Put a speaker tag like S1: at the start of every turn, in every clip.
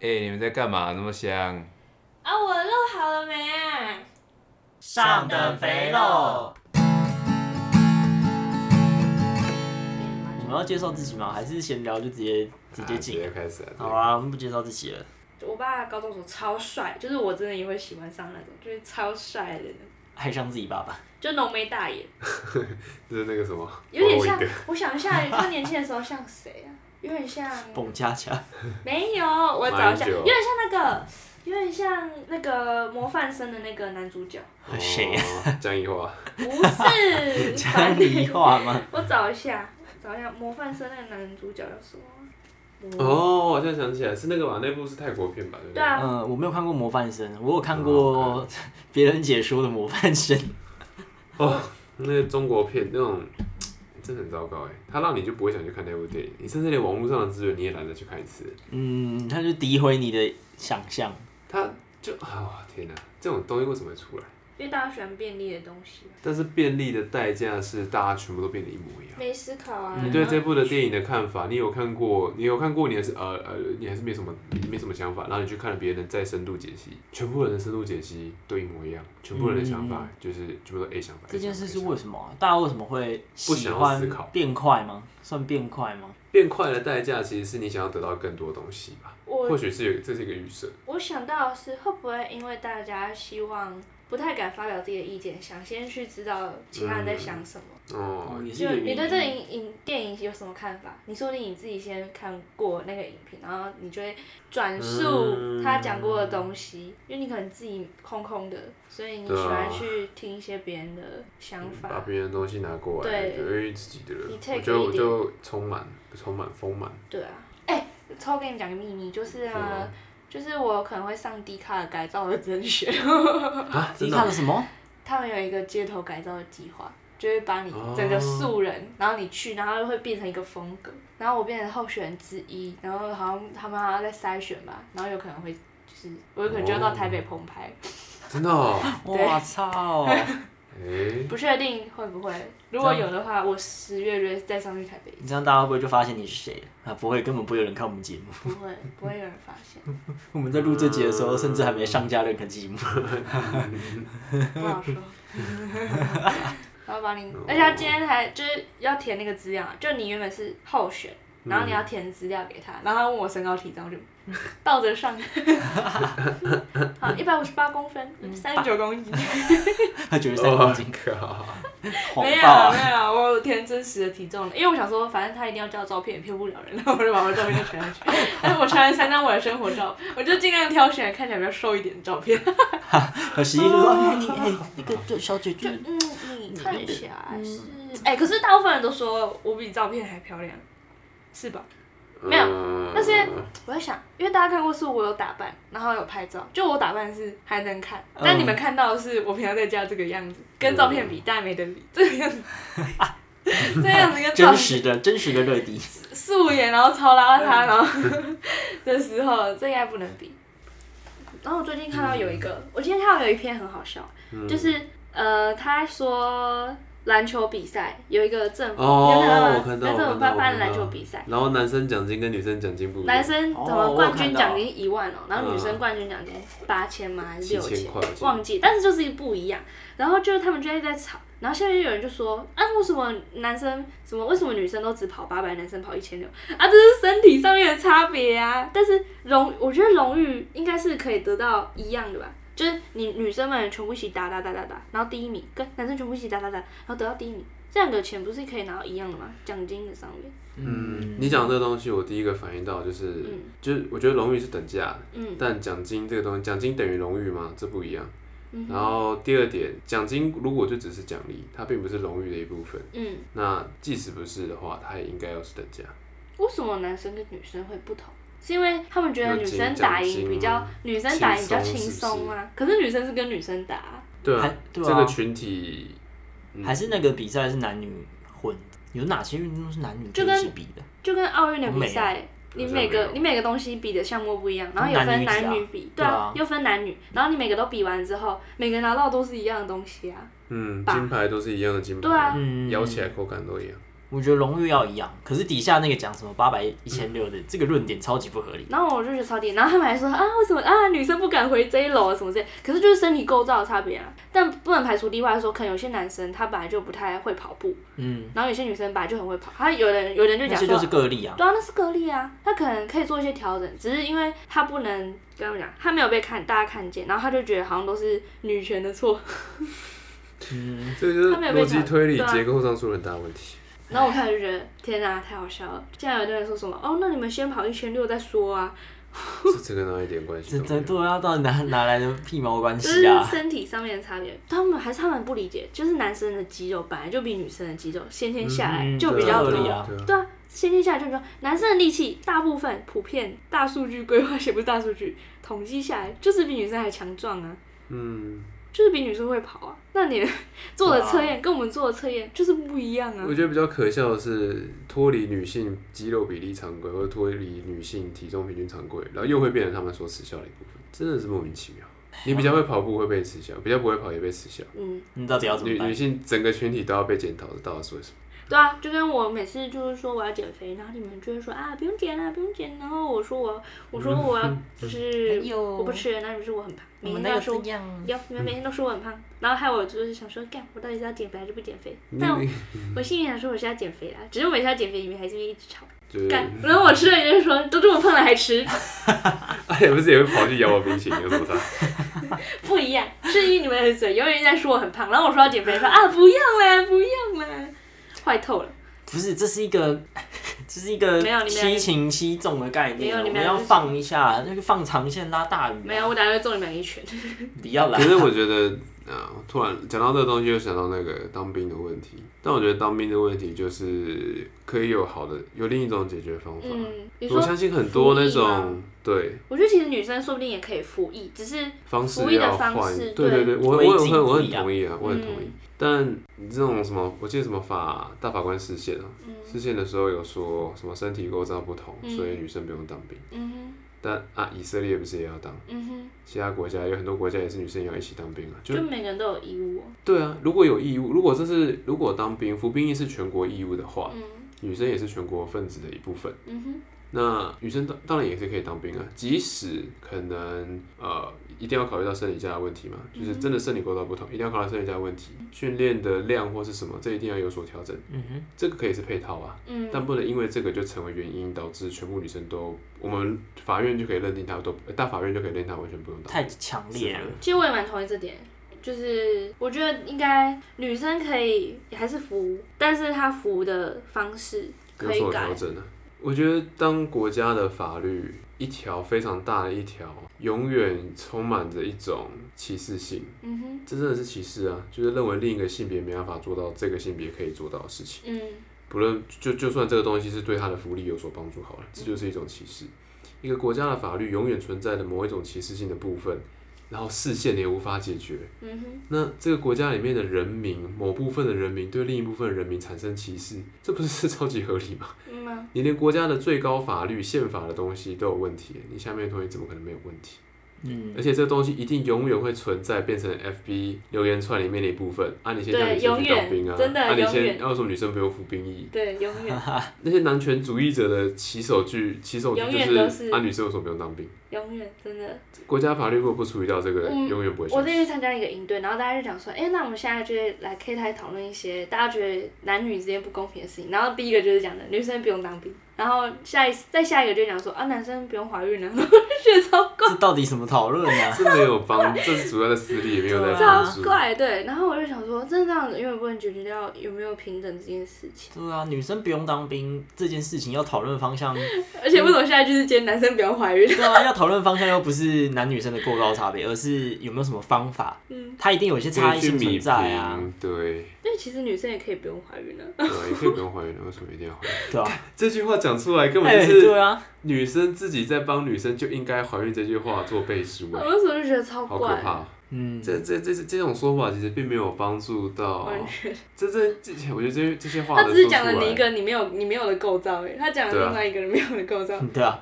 S1: 哎、你们在干嘛？那么香？
S2: 啊，我的肉好了没啊？
S3: 上等肥肉。我们要介绍自己吗？还是闲聊就直接直接
S1: 啊直接
S3: 进？
S1: 开始啊！
S3: 好啊，我们不介绍自己了。
S2: 我爸高中时候超帅，就是我真的也会喜欢上那种，就是超帅的，
S3: 爱上自己爸爸，
S2: 就浓眉大眼，
S1: 就是那个什么，
S2: 有点像
S1: 我一个。
S2: 我想一下，他年轻的时候像谁啊？有点像，
S3: 蹦恰恰，
S2: 没有，我找一下，
S1: 马英九
S2: 有点像那个，有点像那个模范生的那个男主角，
S3: 谁啊呀、，
S1: 哦？江一华。
S2: 不是
S3: 讲你话吗？
S2: 我找一下，找一下模范生那个男主角叫什么？模
S1: 哦，我好像想起来是那个吧？那部是泰国片吧？对不
S2: 对啊，
S3: 嗯，我没有看过《模范生》，我有看
S1: 嗯
S3: 过别人解说的《模范生》，
S1: 哦，那个中国片那种真的很糟糕哎，它让你就不会想去看那部电影，你甚至连网络上的资源你也懒得去看一次。
S3: 嗯，他就诋毁你的想象，
S1: 它就啊、天哪，这种东西为什么会出来？
S2: 因为大家喜欢便利的东西。啊
S1: 但是便利的代价是大家全部都变得一模一样。
S2: 没思考啊。
S3: 嗯
S1: 你对这部的电影的看法，你有看过？你有看过？你还是呃呃，你还是没什么没什么想法。然后你去看了别人再深度解析，全部人的深度解析都一模一样，全部人的想法就是全部都 A 想法。
S3: 嗯这件事
S1: A
S3: 是
S1: 想法
S3: 为什么啊、大家为什么会
S1: 不
S3: 喜
S1: 想要
S3: 欢
S1: 思考
S3: 变快吗？算变快吗？
S1: 变快的代价，其实是你想要得到更多东西吧。或
S2: 我
S1: 许是有，这是一个预设。
S2: 我想到的是会不会因为大家希望不太敢发表自己的意见，想先去知道其他人在想什么。
S1: 哦
S3: 哦，，也是一
S2: 就
S3: 个原
S2: 你
S3: 因
S2: 对这个影影电影有什么看法？你说不定你自己先看过那个影评，然后你就会转述他讲过的东西，因为你可能自己空空的，所以你喜欢去听一些别人的想
S1: 把
S2: 法。
S1: 别人的东西拿过来，
S2: 对
S1: 就因为自己的
S2: 你
S1: 人，我
S2: take
S1: 就
S2: 一
S1: 我
S2: 点
S1: 就充满充满丰满。
S2: 对啊，哎、偷跟你讲个秘密，就是
S1: 什
S2: 呢
S1: 么，
S2: 就是我可能会上 D 卡的改造的甄选。
S1: 啊，真
S3: 你
S1: 的
S3: 看
S1: 哦
S3: 了什么？
S2: 他们有一个街头改造的计划，就会把你整个素人，
S1: 哦
S2: 然后你去，然后会变成一个风格，然后我变成候选人之一，然后好像他们好像在筛选吧，然后有可能会就是我有可能就要到台北棚拍，
S1: 真 的哦，
S2: 对
S3: 我操！
S1: 哎，
S2: 不确定会不会，如果有的话，我十月约再上去台北，
S3: 你这样大家会不会就发现你是谁了啊？不会，根本不会有人看我们 节目。
S2: 不会不会有人发现，
S3: 我们在录这集的时候，甚至还没上架任何节 目。
S2: 不好说。然后把你，而且他今天还就是要填那个资料，啊就你原本是候选，然后你要填资料给他，然后他问我身高体重，我就倒着上，好，一百五十八公分，三十九公斤，
S3: 他 九十三公斤，
S1: 我靠，
S3: 谎
S2: 没有
S3: 报啊！
S2: 没有，我有填真实的体重的，因为我想说，反正他一定要照照片，也骗不了人，然后我就把我的照片就传上去， 但是我传了三张我的生活照，我就尽量挑选看起来比较瘦一点的照片，
S3: 和十一就说：“哎，你哎，那个小 姐姐，
S2: 嗯，你看起来是，哎、可是大部分人都说我比照片还漂亮，是吧？没有
S1: 有
S2: 那些我在想，因为大家看过是我有打扮，然后有拍照，就我打扮是还能看，但你们看到的是我平常在家这个样子，跟照片比，但没得比，这个样 子，这样子跟照
S3: 真实的真实的乐迪。
S2: 素颜，然后超邋遢，然后 的时候，这应该不能比。然后我最近看到有一个，
S1: 嗯
S2: 我今天看到有一篇很好笑，就是呃，他说篮球比赛有一个政府，
S1: 哦，
S2: 你有看到吗
S1: 我看到，
S2: 那
S1: 我
S2: 政府
S1: 看到
S2: 办
S1: 我
S2: 办
S1: 看到
S2: 篮球比赛，
S1: 然后男生奖金跟女生奖金不一样，
S2: 男生怎
S3: 哦
S2: 么
S3: 我
S2: 冠
S3: 看
S2: 军
S3: 到
S2: 奖金一万哦、然后女
S1: 嗯
S2: 生冠军奖金八千吗？还是
S1: 七
S2: 六
S1: 千块，我记得
S2: 忘记，但是就是不一样。然后就是他们就会在吵，然后现在就有人就说啊，为什么男生怎么为什么女生都只跑八百，男生跑一千六啊？这是身体上面的差别啊。但是荣，我觉得荣誉应该是可以得到一样的吧。就是你女生们全部一起打打打打打，然后第一名跟男生全部一起打打打，然后得到第一名，这两个钱不是可以拿到一样的吗？奖金的上面，
S1: 嗯，你讲这个东西，我第一个反应到就是，
S2: 嗯
S1: 就是我觉得荣誉是等价的，
S2: 嗯
S1: 但奖金这个东西，奖金等于荣誉吗？这不一样。
S2: 嗯
S1: 然后第二点，奖金如果就只是奖励，它并不是荣誉的一部分。
S2: 嗯，
S1: 那即使不是的话，它也应该要是等价。
S2: 为什么男生跟女生会不同？是因为他们觉得
S1: 有
S2: 女
S1: 紧
S2: 生
S1: 张
S2: 打
S1: 性
S2: 赢比较
S1: 吗，
S2: 女生打赢比较
S1: 轻
S2: 轻
S1: 松是不
S2: 松啊。可是女生是跟女生打啊、
S1: 对啊
S3: 还，对啊
S1: 这个群体嗯
S3: 还是那个比赛是男女混，有哪些运动是男女可
S2: 就
S3: 以
S2: 跟
S3: 一起比的？
S2: 就跟奥运的比
S3: 好
S1: 哦
S2: 赛，你
S1: 好像
S2: 每
S1: 没
S2: 个
S1: 有
S2: 你每个东西比的项目不一样，然后有
S3: 男
S2: 分
S3: 女一起啊
S2: 男女比，
S3: 对
S2: 对
S3: 啊
S2: 啊，又分男女，然后你每个都比完之后，每个拿到都是一样的东西啊。
S1: 嗯，
S2: 吧
S1: 金牌都是一样的金牌，
S2: 对啊
S3: 嗯
S1: 摇起来口感都一样。
S3: 我觉得荣誉要一样，可是底下那个讲什么八百一千六的这个论点超级不合理。
S2: 然后我就觉得超低，然后他们还说啊，为什么啊女生不敢回这一楼啊什么之类，可是就是身体构造的差别啊。但不能排除例外说，可能有些男生他本来就不太会跑步，
S3: 嗯，
S2: 然后有些女生本来就很会跑，他有人有人就
S3: 那
S2: 讲
S3: 些
S2: 说，
S3: 就是个例啊。
S2: 对啊，那是个例啊，他可能可以做一些调整，只是因为他不能跟我讲，他没有被看大家看见，然后他就觉得好像都是女权的错。
S3: 嗯，
S1: 这个就是
S2: 他没有被
S1: 逻辑
S2: 讲
S1: 推理
S2: 对啊
S1: 结构上出了很大问 题。
S2: 然后我看了就觉得天哪、太好笑了！竟然有的人说什么哦，那你们先跑一千六再说啊，
S1: 这这跟他一点关系
S3: 这
S1: 都
S3: 这
S1: 没有。
S3: 对啊，到底哪哪来的屁毛关
S2: 就是
S3: 系啊？
S2: 身体上面的差别，他们还是他们不理解，就是男生的肌肉本来就比女生的肌肉先天下来
S3: 嗯
S2: 就比较
S3: 合
S2: 多，
S3: 理啊
S1: 对啊，
S2: 对啊，先天下来就比较，男生的力气大部分普遍大数据规划写 不是大数据统计下来，就是比女生还强壮啊，
S1: 嗯，
S2: 就是比女生会跑啊，那你 做的测验跟我们做的测验就是不一样啊
S1: 我，觉得比较可笑的是脱离女性肌肉比例常规，或者脱离女性体重平均常规，然后又会变成他们所耻笑的一部分，真的是莫名其妙。你比较会跑步会被耻笑，比较不会跑也被耻笑，
S2: 嗯。
S3: 你到底要怎么
S1: 女
S3: 办
S1: 女？性整个群体都要被检讨，到底是为什么？
S2: 对啊，就跟我每次就是说我要减肥，然后你们就会说啊不用减啦、不用减，然后我说我我说我要就是
S4: 没有
S2: 我不吃，那你说我很胖，
S4: 我
S2: 每
S4: 们
S2: 天都
S4: 那
S2: 要
S4: 个
S2: 说
S4: 这样，
S2: 有你们每天都说我很胖，然后害我就是想说干我到底是要减肥还是不减肥？
S1: 你
S2: 但我
S1: 你
S2: 我心里想说我是要减肥啦，只是我每次要减肥你们还是会一直吵
S1: 就是，
S2: 干，然后我吃了就是说都这么胖了还吃，
S1: 哎，也不是也会跑去咬我冰淇淋，有什么差？
S2: 不一样，是因为你们的嘴永远在说我很胖，然后我说要减肥说啊不要啦不要啦，坏透了。
S3: 不是，这是一个， 这是一个
S2: 没有你们
S3: 七情七纵的概
S2: 没
S3: 念
S2: 有
S3: 啊，
S2: 你们
S3: 我们
S2: 要
S3: 要放一下，那个放长线拉大鱼啊，
S2: 没有，我打算揍你们一拳。
S3: 不要啦
S1: 可。是我觉得啊，突然讲到这个东西，又想到那个当兵的问题。但我觉得当兵的问题就是可以有好的，有另一种解决方法。
S2: 嗯，你
S1: 我
S2: 说
S1: 相信很多那
S2: 服役
S1: 种对
S2: 我觉得其实女生说不定也可以服役，只是
S1: 方式
S2: 服啊役的
S1: 要
S2: 方
S1: 换
S2: 式，
S1: 对
S2: 对嗯
S1: 对，我
S3: 推
S1: 我很
S3: 进
S1: 我
S3: 不
S1: 很
S3: 一样
S1: 同意啊，我很同意。但这种什么，我记得什么法大法官视线啊，
S2: 嗯
S1: 视线的时候有说什么身体构造不同，所以女生不用当兵。
S2: 嗯哼
S1: 但啊，以色列不是也要当？
S2: 嗯哼，
S1: 其他国家有很多国家也是女生也要一起当兵啊，就
S2: 就每个人都有义务哦、
S1: 对啊，如果有义务，如果这是如果当兵服兵役是全国义务的话，
S2: 嗯
S1: 女生也是全国分子的一部分。
S2: 嗯哼，
S1: 那女生当当然也是可以当兵啊，即使可能呃一定要考虑到生理假的问题嘛，就是真的生理构造不同，一定要考虑到生理假的问题，训练的量或是什么，这一定要有所调整。
S3: 嗯哼，
S1: 这个可以是配套啊，
S2: 嗯
S1: 但不能因为这个就成为原因，导致全部女生都我们法院就可以认定她都呃大法院就可以认定她完全不用当。
S3: 太强烈了。
S2: 其实我也蛮同意这点，就是我觉得应该女生可以还是服，但是她服的方式
S1: 有
S2: 可以
S1: 所
S2: 改
S1: 调。整啊。我觉得当国家的法律一条非常大的一条，永远充满着一种歧视性，
S2: 嗯哼，
S1: 这真的是歧视啊！就是认为另一个性别没办法做到这个性别可以做到的事情，
S2: 嗯
S1: 不论就就算这个东西是对他的福利有所帮助好了，这就是一种歧视。一个国家的法律永远存在着某一种歧视性的部分，然后视线也无法解决，
S2: 嗯哼，
S1: 那这个国家里面的人民，某部分的人民对另一部分人民产生歧视，这不是 超级合理吗？
S2: 嗯啊，
S1: 你连国家的最高法律、宪法的东西都有问题，你下面的东西怎么可能没有问题？
S3: 嗯
S1: 而，且这个东西一定永远会存在，变成 FB 留言串里面的一部分。啊，你先
S2: 对
S1: 让你先去
S2: 永
S1: 当
S2: 远
S1: 兵啊，
S2: 真的
S1: 啊，你
S2: 永
S1: 先
S2: 远
S1: 要、为什么女生不用服兵役？
S2: 对，永 远
S1: 那些男权主义者的起手句，起手句
S2: 永
S1: 就
S2: 远
S1: 是
S2: 都是
S1: 啊，女生为什么不用当兵？
S2: 永远真的。
S1: 国家法律如果不处理掉这个，
S2: 嗯
S1: 永远不会
S2: 我
S1: 消
S2: 那
S1: 失。
S2: 天参加一个营队，然后大家就讲说，哎、那我们现在就是来 K 台讨论一些大家觉得男女之间不公平的事情。然后第一个就是讲的女生不用当兵，然后下一再下一个就讲说啊，男生不用怀孕了， 然后我就觉得超
S1: 啊
S3: 这到底什么讨论 啊？
S1: 这没有帮，这是主要的私利，也没有在
S3: 对啊
S1: 帮助
S2: 超。怪，对。然后我就想说，真的这样子永远不能解决掉有没有平等这件事情。
S3: 对啊，女生不用当兵这件事情要讨论方向，
S2: 而
S1: 嗯
S2: 且为什么现在就是接男生不要怀孕？
S3: 对啊，要讨论方向又不是男女生的构造差别，而是有没有什么方法，
S2: 嗯，
S3: 它一定有一些差
S1: 可
S3: 异
S1: 以去
S3: 性
S1: 米
S3: 存在啊，
S1: 平，对，
S2: 因为其实女生也可以不用怀孕了。
S1: 对啊，也可以不用怀孕了，为什么一定要怀孕？
S3: 对啊，
S1: 这句话讲出来根
S3: 哎
S1: 本就是
S3: 对啊，
S1: 女生自己在帮女生就应该怀孕这句话做背书
S2: 我
S1: 哎，
S2: 那时候就觉得超
S1: 好可
S2: 怪，
S1: 怕哦！
S3: 嗯，
S1: 这这这这种说法其实并没有帮助到，
S2: 完全。
S1: 这这这些，我觉得这些这些哦话
S2: 他
S1: 能
S2: 只是
S1: 说
S2: 讲
S1: 出
S2: 了你一
S1: 来
S2: 个你没有你没有的构造、哎，他讲了
S1: 对啊
S2: 另外一个人没有的构造。
S3: 对啊，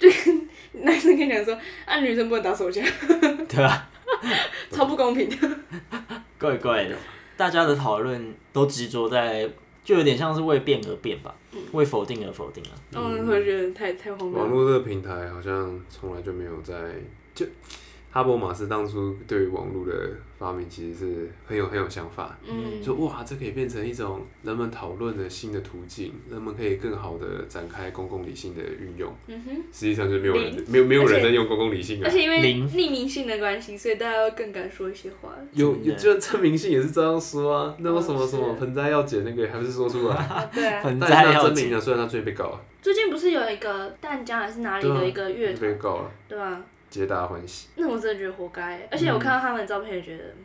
S2: 男生跟你讲说，啊，女生不能打手 枪，
S3: 对啊，
S1: 嗯
S2: 超不公平的。
S3: 怪怪的，大家的讨论都执着在就有点像是为变而变吧，为否定而否定啊。
S2: 嗯，我觉得太太荒谬
S1: 网
S2: 了。
S1: 络这个平台好像从来就没有在就哈伯马斯当初对于网络的发明其实是很有很有想法，
S2: 嗯，
S1: 说哇这可以变成一种人们讨论的新的途径，人们可以更好的展开公共理性的运用。
S2: 嗯哼，
S1: 实际上就是没有人没有没有
S2: 而
S1: 人
S2: 且
S1: 在用公共理性啊
S2: 而。且因为
S3: 零
S2: 匿名性的关系，所以大家会更敢说一些话了。
S1: 有
S3: 真的哦
S1: 有，就证明性也是这样说啊。那为什么
S2: 嗯是
S1: 什么盆栽要剪那个，还不是说 出来？
S2: 啊，对啊，
S3: 盆
S1: 但是
S3: 栽
S1: 他
S3: 要
S1: 证明
S3: 紧
S1: 了，虽然他最近被告了，
S2: 最近不是有一个淡江还是哪里
S1: 对啊
S2: 的一个乐团，
S1: 被告了，
S2: 对吧、
S1: 皆大欢喜。
S2: 那我真的觉得活该、而且我看到他们的照片也觉 得，嗯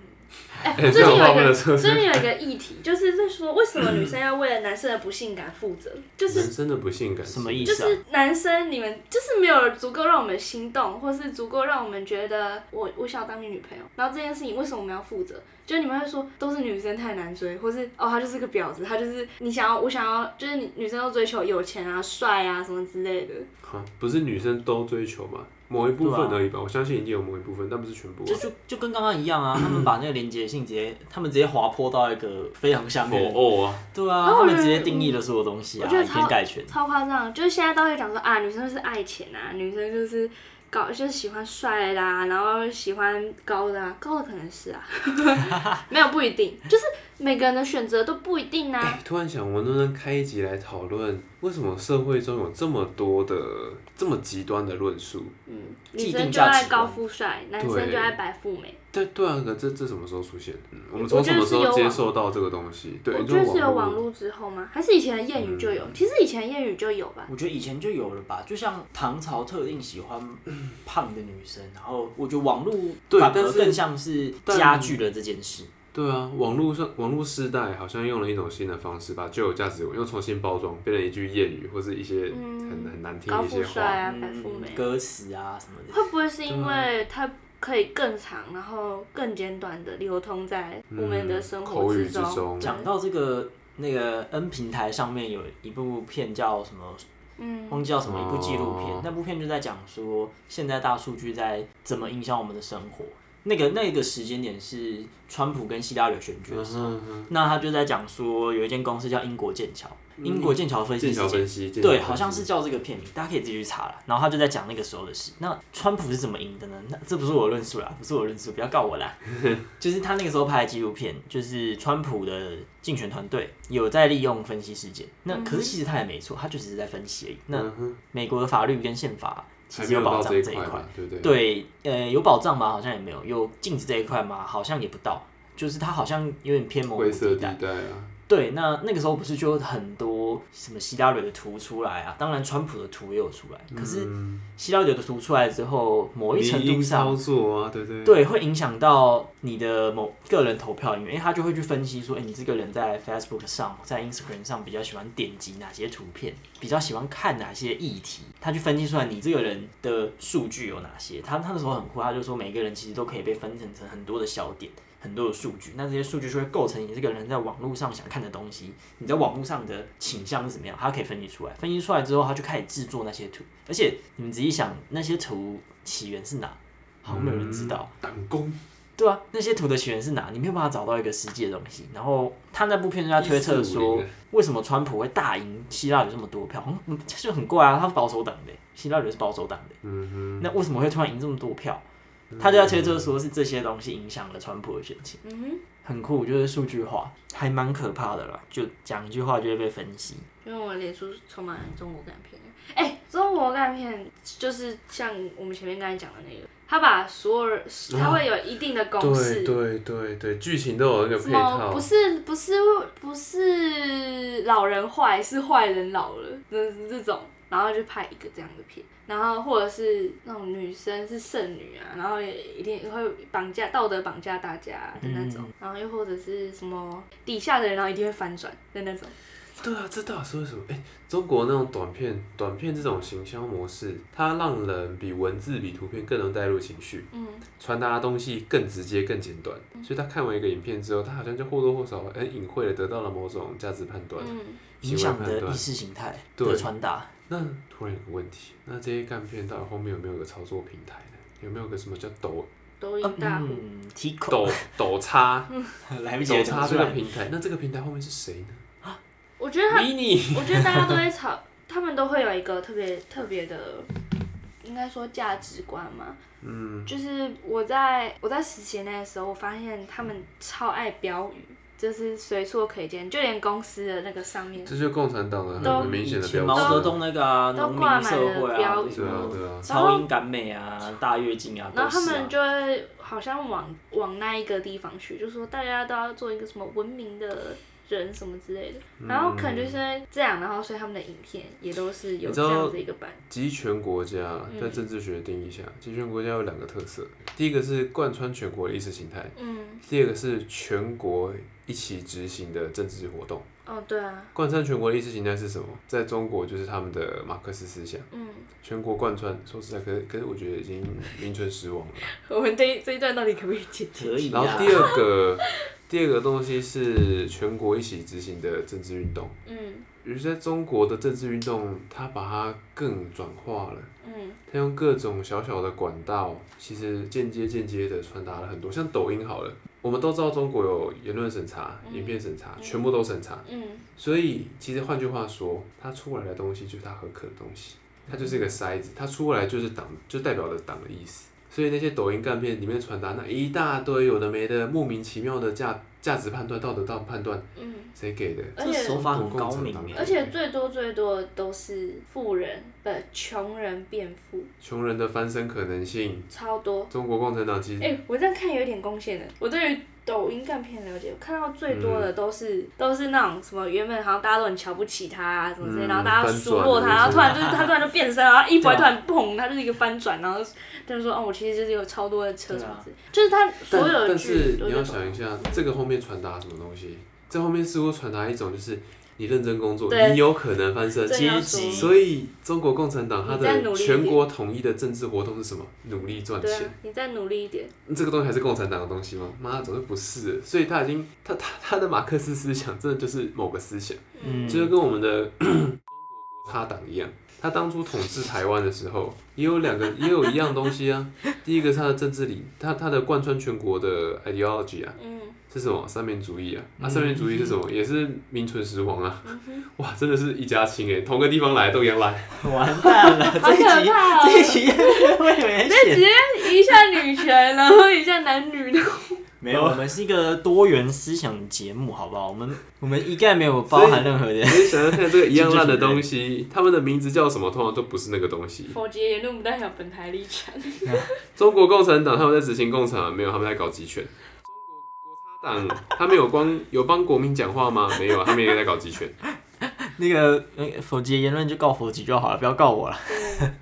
S2: 哎、
S1: 哎
S2: 最近有
S1: 这种
S2: 一
S1: 话不
S2: 个
S1: 能说
S2: 最近有一个议题，就是在说为什么女生要为了男生的不性感负责，就是
S1: 人生的不性感
S3: 什么意
S2: 就
S3: 思啊？
S2: 是男生，你们就是没有足够让我们心动，或是足够让我们觉得我我想要当你女朋友。然后这件事情为什么我们要负责？就是你们会说都是女生太难追，或是哦他就是个婊子，他就是你想要我想要就是你女生都追求有钱啊、帅啊什么之类的，
S1: 哈，不是女生都追求嘛？某一部分
S3: 对啊
S1: 而已吧，我相信一定有某一部分，但不是全部啊。
S3: 就就就跟刚刚一样 啊，他们把那个连接性直接，他们直接滑坡到一个非常下面，
S1: 偶啊，
S3: 对
S2: 然
S3: 啊，
S2: 后
S3: 他
S2: 我觉
S3: 们
S2: 得
S3: 直接定义了所有东西
S2: 我
S3: 啊，
S2: 觉得
S3: 以
S2: 超
S3: 偏概全。
S2: 超夸张。就是现在都会讲说啊，女生就是爱钱啊，女生就是搞就是喜欢帅的啊，然后喜欢高的啊，高的可能是啊， 没有不一定，就是每个人的选择都不一定啊。
S1: 哎突然想，我们能不能开一集来讨论为什么社会中有这么多的这么极端的论述？
S2: 嗯，女
S3: 既
S2: 生
S3: 定
S2: 就
S3: 价值观
S2: 爱高富帅，男生
S1: 对
S2: 就爱白富美。
S1: 对对啊，可这这什么时候出现？嗯我们
S2: 我
S1: 从
S2: 觉
S1: 什
S2: 得
S1: 么时
S2: 是有
S1: 候
S2: 网
S1: 接受到这个东西？对，
S2: 我
S1: 你
S2: 觉
S1: 说
S2: 得是有网
S1: 络，嗯
S2: 络之后吗？还是以前的谚语就有？其实以前谚语就有吧。
S3: 我觉得以前就有了吧，就像唐朝特定喜欢嗯胖的女生，然后我觉得网络
S1: 对
S3: 反
S1: 但
S3: 而
S1: 是
S3: 更像是
S1: 但
S3: 加剧了这件事。
S1: 对啊，网络上网络时代好像用了一种新的方式，把旧有价值观又重新包装，变成一句谚语或是一些
S2: 嗯
S1: 很很难听
S2: 高
S1: 的一
S2: 富
S1: 些
S2: 帅
S1: 话。
S2: 啊，白富
S3: 嗯
S2: 美，。
S3: 歌词啊什么的，
S2: 会不会是因
S1: 啊
S2: 为它可以更长，然后更简短的流通在我们的生活
S1: 嗯口语之
S2: 中？
S1: 中，
S3: 讲到这个那个 N 平台上面有一部片叫什么，
S2: 嗯，
S3: 忘记叫什么一部纪录片，
S1: 哦
S3: 那部片就在讲说现在大数据在怎么影响我们的生活。那个那个时间点是川普跟希拉里选举的时
S1: 嗯
S3: 候，那他就在讲说有一间公司叫英国剑桥，英国剑桥分析
S1: 剑
S3: 师
S1: 桥分析，剑桥
S3: 对，
S1: 分
S3: 好像
S1: 析
S3: 是叫这个片名，大家可以自己去查了。然后他就在讲那个时候的事。那川普是怎么赢的呢？ 那这不是我论述啦，不是我论述，不要告我啦。 就是他那个时候拍的纪录片，就是川普的竞选团队有在利用分析事件。那可是其实他也没错，他就只是在分析而已。那
S1: 嗯哼
S3: 美国的法律跟宪法其
S1: 还
S3: 实有
S1: 没有
S3: 保
S1: 到
S3: 障
S1: 这一
S3: 这一
S1: 块
S3: 块
S1: 嘛，，对不对？
S3: 对，呃，有保障吗？好像也没有。有禁止这一块吗？好像也不到。就是他好像有点偏模糊
S1: 灰
S3: 地
S1: 色
S3: 带
S1: 地。带啊，
S3: 对，那那个时候不是就有很多什么希拉里的图出来啊，当然川普的图也有出来，可是希拉里的图出来之后，某一程
S1: 迷因
S3: 度上，
S1: 操作啊，对对
S3: 对，会影响到你的某个人投票里面，因为他就会去分析说，哎、你这个人在 Facebook 上，在 Instagram 上比较喜欢点击哪些图片，比较喜欢看哪些议题，他去分析出来你这个人的数据有哪些。他他那时候很酷，他就说每个人其实都可以被分成成很多的小点。很多的数据，那这些数据就会构成你这个人在网络上想看的东西，你在网络上的倾向是怎么样，他可以分析出来。分析出来之后，他就开始制作那些图，而且你们仔细想，那些图起源是哪，好像没有人知道。
S1: 党工
S3: 对啊，那些图的起源是哪？你没有办法找到一个实际的东西。然后他那部片就在推测说
S1: 1450，
S3: 为什么川普会大赢希腊有这么多票？嗯，嗯就很怪啊，他是保守党的，希腊人是保守党的，嗯那为什么会突然赢这么多票？他就在推测说是这些东西影响了川普的选情，
S2: 嗯哼，
S3: 很酷，就是数据化，还蛮可怕的啦。就讲一句话就会被分析，
S2: 因为我脸书充满了中国干片。哎、中国干片就是像我们前面刚才讲的那个，他把所有人，他会有一定的公式
S1: 啊对，对对对，剧情都有那个
S2: 什
S1: 配
S2: 么
S1: 套啊
S2: 不，是不是不是老人坏，是坏人老了，这这种，然后就拍一个这样的片，然后或者是那种女生是剩女啊，然后也一定会绑架道德绑架大家的那
S1: 嗯
S2: 种，然后又或者是什么底下的人，然后一定会翻转的那种，
S1: 对啊，这到底是为什么？哎，中国那种短片，短片这种行销模式，它让人比文字、比图片更能带入情绪，
S2: 嗯，
S1: 传达的东西更直接、更简短。所以他看完一个影片之后，他好像就或多或少很隐晦的得到了某种价值判断、
S2: 嗯，
S3: 影
S1: 行为
S3: 响
S1: 判
S3: 的
S1: 断
S3: 意。识形态的
S1: 对
S3: 传达。
S1: 那突然有个问题，那这些干片到底后面有没有个操作平台呢？有没有个什么叫抖
S2: 抖音大户，
S3: 嗯，提口
S1: 抖抖叉？
S3: 来不及
S1: 走
S3: 了讲
S1: 差
S3: 出
S1: 这个
S3: 来。
S1: 平台，那这个平台后面是谁呢？
S2: 我觉得他，
S3: 迷你
S2: 我觉得大家都会吵，他们都会有一个特别特别的，应该说价值观嘛。嗯，就是我在我在实习那个时候，我发现他们超爱标语，就是随处可见，就连公司的那个上面
S1: 这就是共产党的
S2: 都
S1: 很明显
S3: 以
S1: 的
S3: 前
S1: 标
S3: 毛
S1: 志啊。
S3: 泽东那个啊，
S2: 都
S3: 农民
S2: 挂满
S3: 社
S2: 了
S3: 会啊
S2: 标语，
S1: 对啊，对啊，
S3: 超英赶美啊，大跃进啊，
S2: 然后
S3: 都
S2: 他
S3: 是啊
S2: 们就会好像往往那一个地方去，就说大家都要做一个什么文明的人什么之类的。
S1: 嗯
S2: 然后可能就是因为这样，然后所以他们的影片也都是有
S1: 你知
S2: 这
S1: 道
S2: 样的一个版。
S1: 集权国家在政治学的定义下，集权国家有两个特色，第一个是贯穿全国的意识形态，
S2: 嗯，
S1: 第二个是全国一起执行的政治活动。
S2: 哦，对啊，
S1: 贯穿全国的意识形态是什么？在中国就是他们的马克思思想，
S2: 嗯，
S1: 全国贯穿。说实在，可是可是我觉得已经名存实亡了。
S2: 我们这一这一段到底可不可以剪？
S3: 可以
S1: 然后
S3: 啊。
S1: 第二个 第二个东西是全国一起执行的政治运动。
S2: 嗯
S1: 于是在中国的政治运动，它把它更转化了。
S2: 嗯
S1: 它用各种小小的管道，其实间接间接的传达了很多，像抖音好了，我们都知道中国有言论审查、
S2: 嗯
S1: 影片审查，
S2: 嗯
S1: 全部都审查。
S2: 嗯，
S1: 所以其实换句话说，它出来的东西就是它合可的东西，它就
S2: 嗯
S1: 是一个筛子，它出来就是党，就代表了党的意思。所以那些抖音干片里面传达那一大堆有的没的莫名其妙的价价值判断、道德道判断，
S2: 嗯，
S1: 谁给的？
S2: 而
S3: 这
S2: 且
S3: 手法很高明
S1: 共产
S2: 而
S1: 党
S3: 哎，
S2: 且最多最多的都是富人不穷人变富，
S1: 穷人的翻身可能性，
S2: 超多。
S1: 中国共产党其
S2: 哎、
S1: 实
S2: 我这样看有点贡献的。我对于抖音干片了解，我看到最多
S1: 嗯
S2: 的都是、都是那种什么原本好像大家都很瞧不起他、啊、什么之类，
S1: 嗯
S2: 然后大家数落他，然后
S1: 翻转
S2: 突然就是
S3: 是不是
S2: 他突然就变身，然后衣服还突
S3: 对啊
S2: 然砰，他就是一个翻转，然后他就说哦，我其实就是有超多的车
S3: 对啊
S2: 什么之类，就是他所
S1: 但
S2: 有的
S1: 但
S2: 剧
S1: 是
S2: 都
S1: 你要
S2: 在抖
S1: 想
S2: 音
S1: 一下，这个后面传达什么东西？这后面似乎传达一种就是你认真工作，
S2: 对
S1: 你有可能翻身。
S2: 正要
S3: 阶级
S2: 说
S1: 所以中国共产党它
S2: 你再努
S1: 的
S2: 力一
S1: 全国统一的政治活动是什么？努力赚
S2: 对啊
S1: 钱。，
S2: 你再努力一点，
S1: 这个东西还是共产党的东西吗？妈，早就不是了。所以他已经他他他的马克思思想真的就是某个思想，
S3: 嗯
S1: 就是跟我们的 中国国差党一样。他当初统治台湾的时候，也有两个，也有一样东西啊。第一个是他的政治理，他他的贯穿全国的 ideology 啊，
S2: 嗯
S1: 是什么？三民主义啊，啊，
S3: 嗯
S1: 三民主义是什么？也是名存实亡啊。哇，真的是一家亲哎，同个地方来都一样来。
S3: 完蛋了，
S2: 好
S3: 这一
S2: 可
S3: 集
S2: 怕哦、
S3: 这一集会有人
S2: 直
S3: 写。
S2: 接一下女权，然后一下男女 的，
S3: 没有，我们是一个多元思想的节目，好不好？我们我们一概没有包含任何的
S1: 你可以想想看，这个一样烂的东西，他们的名字叫什么，通常都不是那个东西。
S2: 否决言论不代表本台立场。
S1: 中国共产党他们在执行共产，没有，他们在搞集权。中国国差党他们有光有帮国民讲话吗？没有，啊，他们也在搞集权。
S3: 那个那个否极言论就告否极就好了，不要告我了。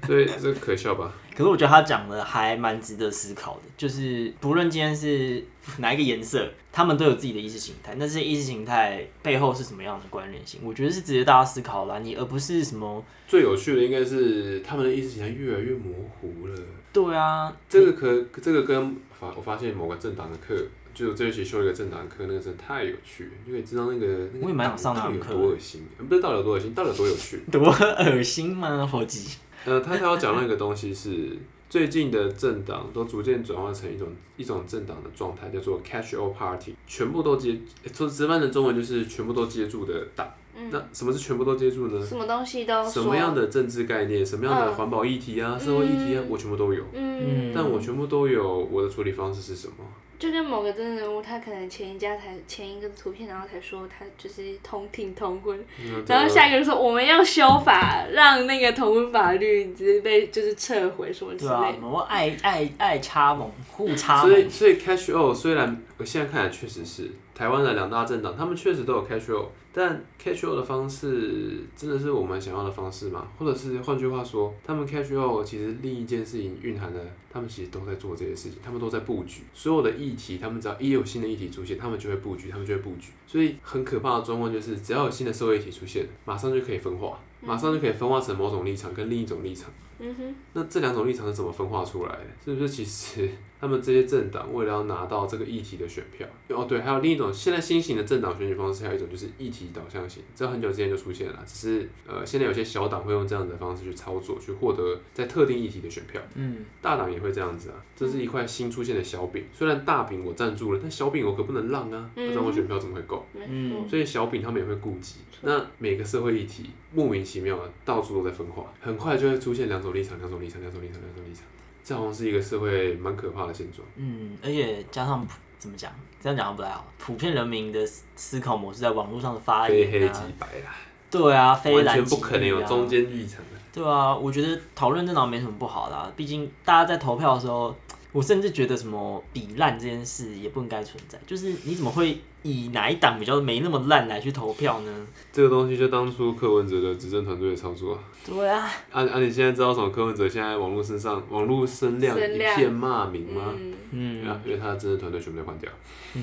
S1: 所以这可笑吧？
S3: 可是我觉得他讲的还蛮值得思考的，就是不论今天是哪一个颜色，他们都有自己的意识形态，那这些意识形态背后是什么样的关联性？我觉得是值得大家思考啊啦，你而不是什么
S1: 最有趣的应该是他们的意识形态越来越模糊了。
S3: 对啊，
S1: 这个可这个跟发我发现某个政党的课，就我这学期修了一个政党的课，那个真的太有趣了，因为知道那个那个
S3: 我也蛮想上那
S1: 到
S3: 种
S1: 底有
S3: 课
S1: 多恶心，嗯不是到底有多恶心，到底有多有趣。
S3: 多恶心吗？否极，
S1: 呃，他他要讲那个东西是最近的政党都逐渐转化成一种一种政党的状态，叫做 catch all party，全部都接，诶说直翻的中文就是全部都接住的党。
S2: 嗯
S1: 那什么是全部都接住 呢？
S2: 什么东西都
S1: 什么样
S2: 的，
S1: 的政治概念，什么样的
S2: 嗯
S1: 环保议题啊、社会议题啊，我全部都有。
S2: 嗯，
S3: 嗯
S1: 但我全部都有，我的处理方式是什么？
S2: 就跟某个真人物，他可能前一家才前一个图片，然后才说他就是同挺同婚，
S1: 嗯
S2: 然后下一个就说我们要修法，让那个同婚法律直接被就是撤回什么之
S3: 对啊
S2: 类，的。
S3: 我们爱爱爱插盟，互插
S1: 所以
S3: 盟，
S1: 所以 cash o 虽然我现在看来确实是台湾的两大政党，他们确实都有 cash o 但 cash o 的方式真的是我们想要的方式吗？或者是换句话说，他们 cash o 其实另一件事情蕴含了，他们其实都在做这些事情，他们都在布局所有的议题，他们只要一有新的议题出现，他们就会布局，他们就会布局。所以很可怕的状况就是，只要有新的社会议题出现，马上就可以分化。马上就可以分化成某种立场跟另一种立场。
S2: 嗯哼，
S1: 那这两种立场是怎么分化出来的？是不是其实他们这些政党为了要拿到这个议题的选票？哦，对，还有另一种现在新型的政党选举方式，还有一种就是议题导向型，这很久之前就出现了，只是呃，现在有些小党会用这样的方式去操作，去获得在特定议题的选票。
S3: 嗯，
S1: 大党也会这样子啊，这是一块新出现的小饼，虽然大饼我站住了，但小饼我可不能让啊，不
S2: 嗯
S1: 然我选票怎么会够？
S2: 没
S3: 嗯
S2: 错。
S1: 所以小饼他们也会顾及。那每个社会议题莫名其妙的到处都在分化，很快就会出现两种立场、两种立场、两种立场、两种立场。这好像是一个社会蛮可怕的现状。
S3: 嗯，而且加上普怎么讲，这样讲好像不太好。普遍人民的思思考模式在网络上的发
S1: 非黑
S3: 言
S1: 即
S3: 啊，
S1: 白啦，
S3: 对啊，非
S1: 完
S3: 蓝
S1: 全
S3: 即
S1: 不可能有
S3: 绿啊
S1: 中间立场的。
S3: 对啊，我觉得讨论政党没什么不好啦，毕竟大家在投票的时候，我甚至觉得什么比烂这件事也不应该存在。就是你怎么会以哪一党比较没那么烂来去投票呢？
S1: 这个东西就当初柯文哲的执政团队的操作啊。
S3: 对啊，
S1: 啊啊！你现在知道为什么柯文哲现在网络身上网络声量
S2: 声
S1: 一
S2: 量
S1: 片骂名吗？
S2: 嗯，
S1: 因
S3: 嗯，
S1: 为啊因为他的政治团队全部都换掉，